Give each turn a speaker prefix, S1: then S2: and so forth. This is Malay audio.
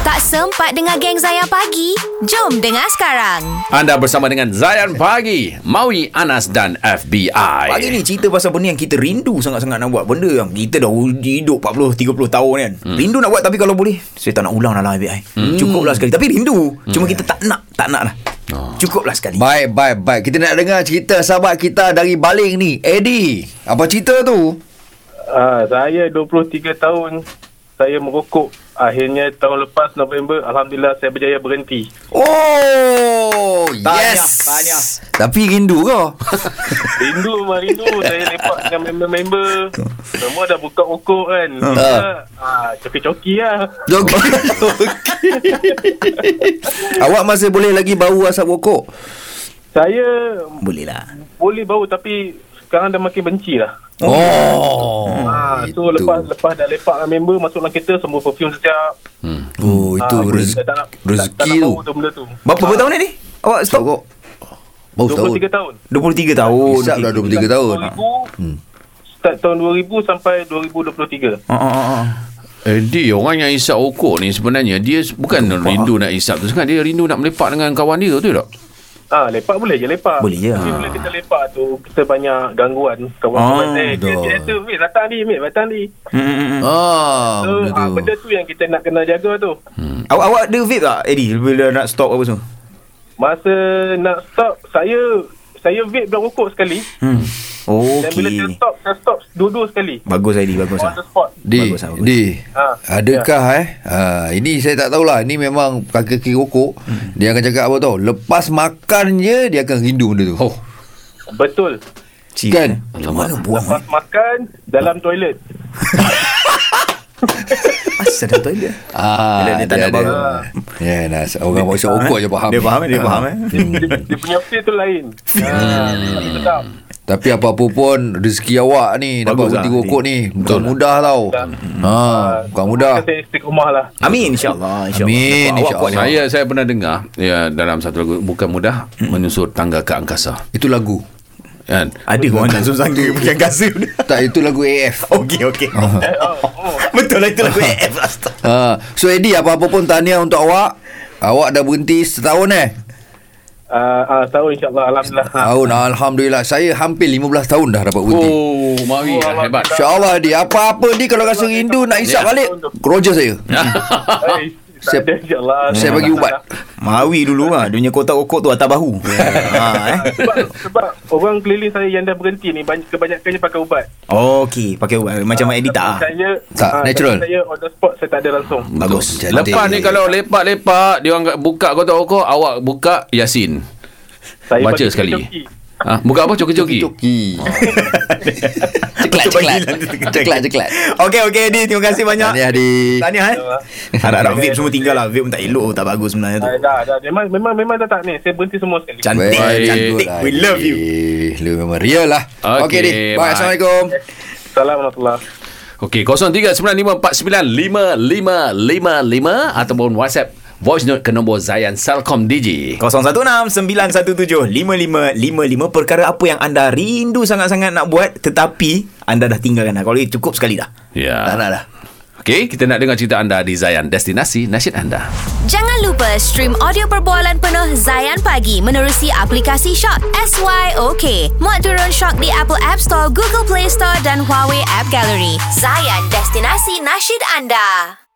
S1: Tak sempat dengar geng Zayan pagi? Jom dengar sekarang.
S2: Anda bersama dengan Zayan Pagi, Maui Anas dan FBI.
S3: Pagi ni cerita pasal benda yang kita rindu sangat-sangat nak buat Benda yang kita dah hidup 40-30 tahun kan hmm. Rindu nak buat tapi kalau boleh Saya tak nak ulang dah lah ABI hmm. Cukup lah sekali Tapi rindu Cuma
S4: Hmm.
S3: kita tak nak Tak nak lah oh. Cukup lah sekali
S4: Baik, baik, baik. Kita nak dengar cerita sahabat kita dari Baling ni, Eddie. Apa cerita tu?
S5: Ah, saya 23 tahun saya merokok. Akhirnya tahun lepas November alhamdulillah saya berjaya berhenti.
S4: Oh,
S3: Tahniah,
S4: yes.
S3: tahniah.
S4: Tapi rindu kau.
S5: Rindu mah rindu saya lepak dengan member-member. Semua dah buka rokok kan. Ah, coki-coki lah.
S4: Joget.
S3: Awak masih boleh lagi bau asap rokok?
S5: Saya
S3: Boleh lah
S5: boleh bau tapi sekarang dah makin benci lah.
S4: oh.
S3: Hmm.
S5: Ah, so lepas lepas dah lepak dengan member masuk dalam kereta semua perfume setiap.
S4: Oh, itu
S5: Ah,
S4: rezeki,
S5: dah tak nak- tak, tak nak
S4: rezeki tu.
S5: bau tu benda tu.
S3: Berapa ah. tahun ni? Awak stop? Rokok.
S4: Bau tahun.
S5: 23 tahun.
S3: 23 tahun
S4: Hisap Oh, dah 23 tahun.
S5: 2000 Start tahun 2000 sampai 2023.
S3: Ah, ah, ah, ah.
S2: Eddie, orang yang isap okok ni sebenarnya, dia bukan rindu nak isap tu. Sekarang dia rindu nak melepak dengan kawan dia tu tak?
S5: Ah, lepak boleh je lepak.
S3: Boleh je.
S4: ya.
S5: Tapi bila kita lepak tu, kita banyak gangguan.
S3: Ah,
S4: Oh,
S5: Kawan-kawan eh,
S3: dah.
S5: dia dia tu, mate, datang ni, mate, datang ni.
S3: Hmm, hmm, hmm.
S4: Ah,
S5: So,
S4: benda
S5: ah,
S4: tu.
S5: benda tu yang kita nak kena jaga tu.
S3: Awak awak ada vape tak Eddie bila nak stop apa semua?
S5: Masa nak stop, saya saya vape dan rokok sekali.
S3: Hmm.
S5: Dan bila saya
S3: Okey.
S5: stop, saya stop dua-dua sekali.
S3: Bagus Eddie, bagus
S5: On
S3: ah.
S5: the spot.
S4: Di,
S3: Bagus, bagus.
S4: di.
S5: Ah,
S4: Adakah eh? Ah, ini saya tak tahulah. Ini memang kaki-kaki rokok.
S3: Hmm.
S4: Dia akan cakap apa tau? Lepas makan je dia akan rindu benda tu. Oh.
S5: Betul.
S3: Cik. eh?
S4: Kan?
S3: Macam mana buang
S4: eh.
S5: Lepas makan, dalam toilet.
S3: Asal dalam toilet
S4: Ah,
S3: Dia- dia tak nak bangun.
S4: Ya, nah, orang bawa isap rokok je faham.
S3: Dia faham eh? Dia
S4: Ah.
S3: faham eh?
S5: Dia, dia punya feel tu lain. Ah, sedap.
S4: Tapi apa-apa pun rezeki awak ni dapat
S3: Bagus lah,
S4: berhenti rokok ni bukan mudah tau. Ha,
S5: Ah,
S4: bukan mudah.
S5: Saya istiqomah lah.
S3: Amin insyaAllah insya
S4: Amin, insyaAllah.
S2: Saya saya pernah dengar ya dalam satu lagu bukan mudah menyusur tangga ke angkasa.
S4: Itu lagu.
S2: Kan?
S3: Ada orang langsung sangka Bukan kasa
S4: Tak itu lagu AF.
S3: Okey okey
S5: Eh, oh, oh.
S3: Betul lah itu lagu AF
S4: Ha, so Eddie apa-apa pun tahniah untuk awak. Awak dah berhenti setahun eh?
S5: Ah, ah, tahu insyaAllah. Alhamdulillah.
S4: Tahun alhamdulillah. Saya hampir 15 tahun dah dapat berhenti.
S2: Oh, Mawi
S5: Oh,
S2: oh, hebat.
S4: InsyaAllah Eddie Apa-apa Eddie Kalau rasa rindu Nak isap
S2: Ya.
S4: balik Roger saya
S3: Ya.
S5: Eh,
S4: Saya-
S5: tak ada insyaAllah.
S4: Saya bagi ubat
S3: Mawi dulu lah Dia punya kotak rokok tu atas bahu ha, eh.
S5: Sebab, sebab orang keliling saya yang dah berhenti ni banyak, Kebanyakannya pakai ubat
S3: Okey Pakai ubat Macam Eddie tak ah?
S5: Saya
S4: Tak,
S5: ah,
S4: natural.
S5: Saya on the spot Saya tak ada langsung
S3: Bagus
S4: Cantik.
S2: Lepas ni kalau lepak-lepak dia orang buka kotak rokok, awak buka Yasin.
S5: saya
S2: Baca
S5: bagi
S2: sekali.
S5: coki-coki.
S2: Ha, buka apa coki-coki?
S4: Joki
S3: Ceklat ceklat Ceklat ceklat Okey okey Eddie Terima kasih banyak
S4: Tahniah Eddie
S3: Tahniah eh Harap-harap vape semua tinggal lah Vape pun tak elok Tak bagus sebenarnya tu
S5: Ah, Dah dah Memang memang memang dah tak ni Saya berhenti semua sekali
S3: Cantik
S2: Baik.
S3: Cantik We love you
S4: Lu memang real lah
S2: Okey,
S4: Okey Eddie
S2: bye.
S4: Bye Assalamualaikum
S5: Assalamualaikum warahmatullahi
S2: Okey, 0395495555 ataupun WhatsApp voice note ke nombor Zayan Selcom DJ.
S3: 0169175555 perkara apa yang anda rindu sangat-sangat nak buat tetapi anda dah tinggalkan dah. Kalau ini cukup sekali dah.
S2: Ya.
S4: Tak nak dah
S2: Okey, kita nak dengar cerita anda di Zayan Destinasi Nasyid Anda.
S1: Jangan lupa stream audio perbualan penuh Zayan Pagi menerusi aplikasi Shock SYOK. Muat turun Shock di Apple App Store, Google Play Store dan Huawei App Gallery. Zayan, destinasi nasyid anda.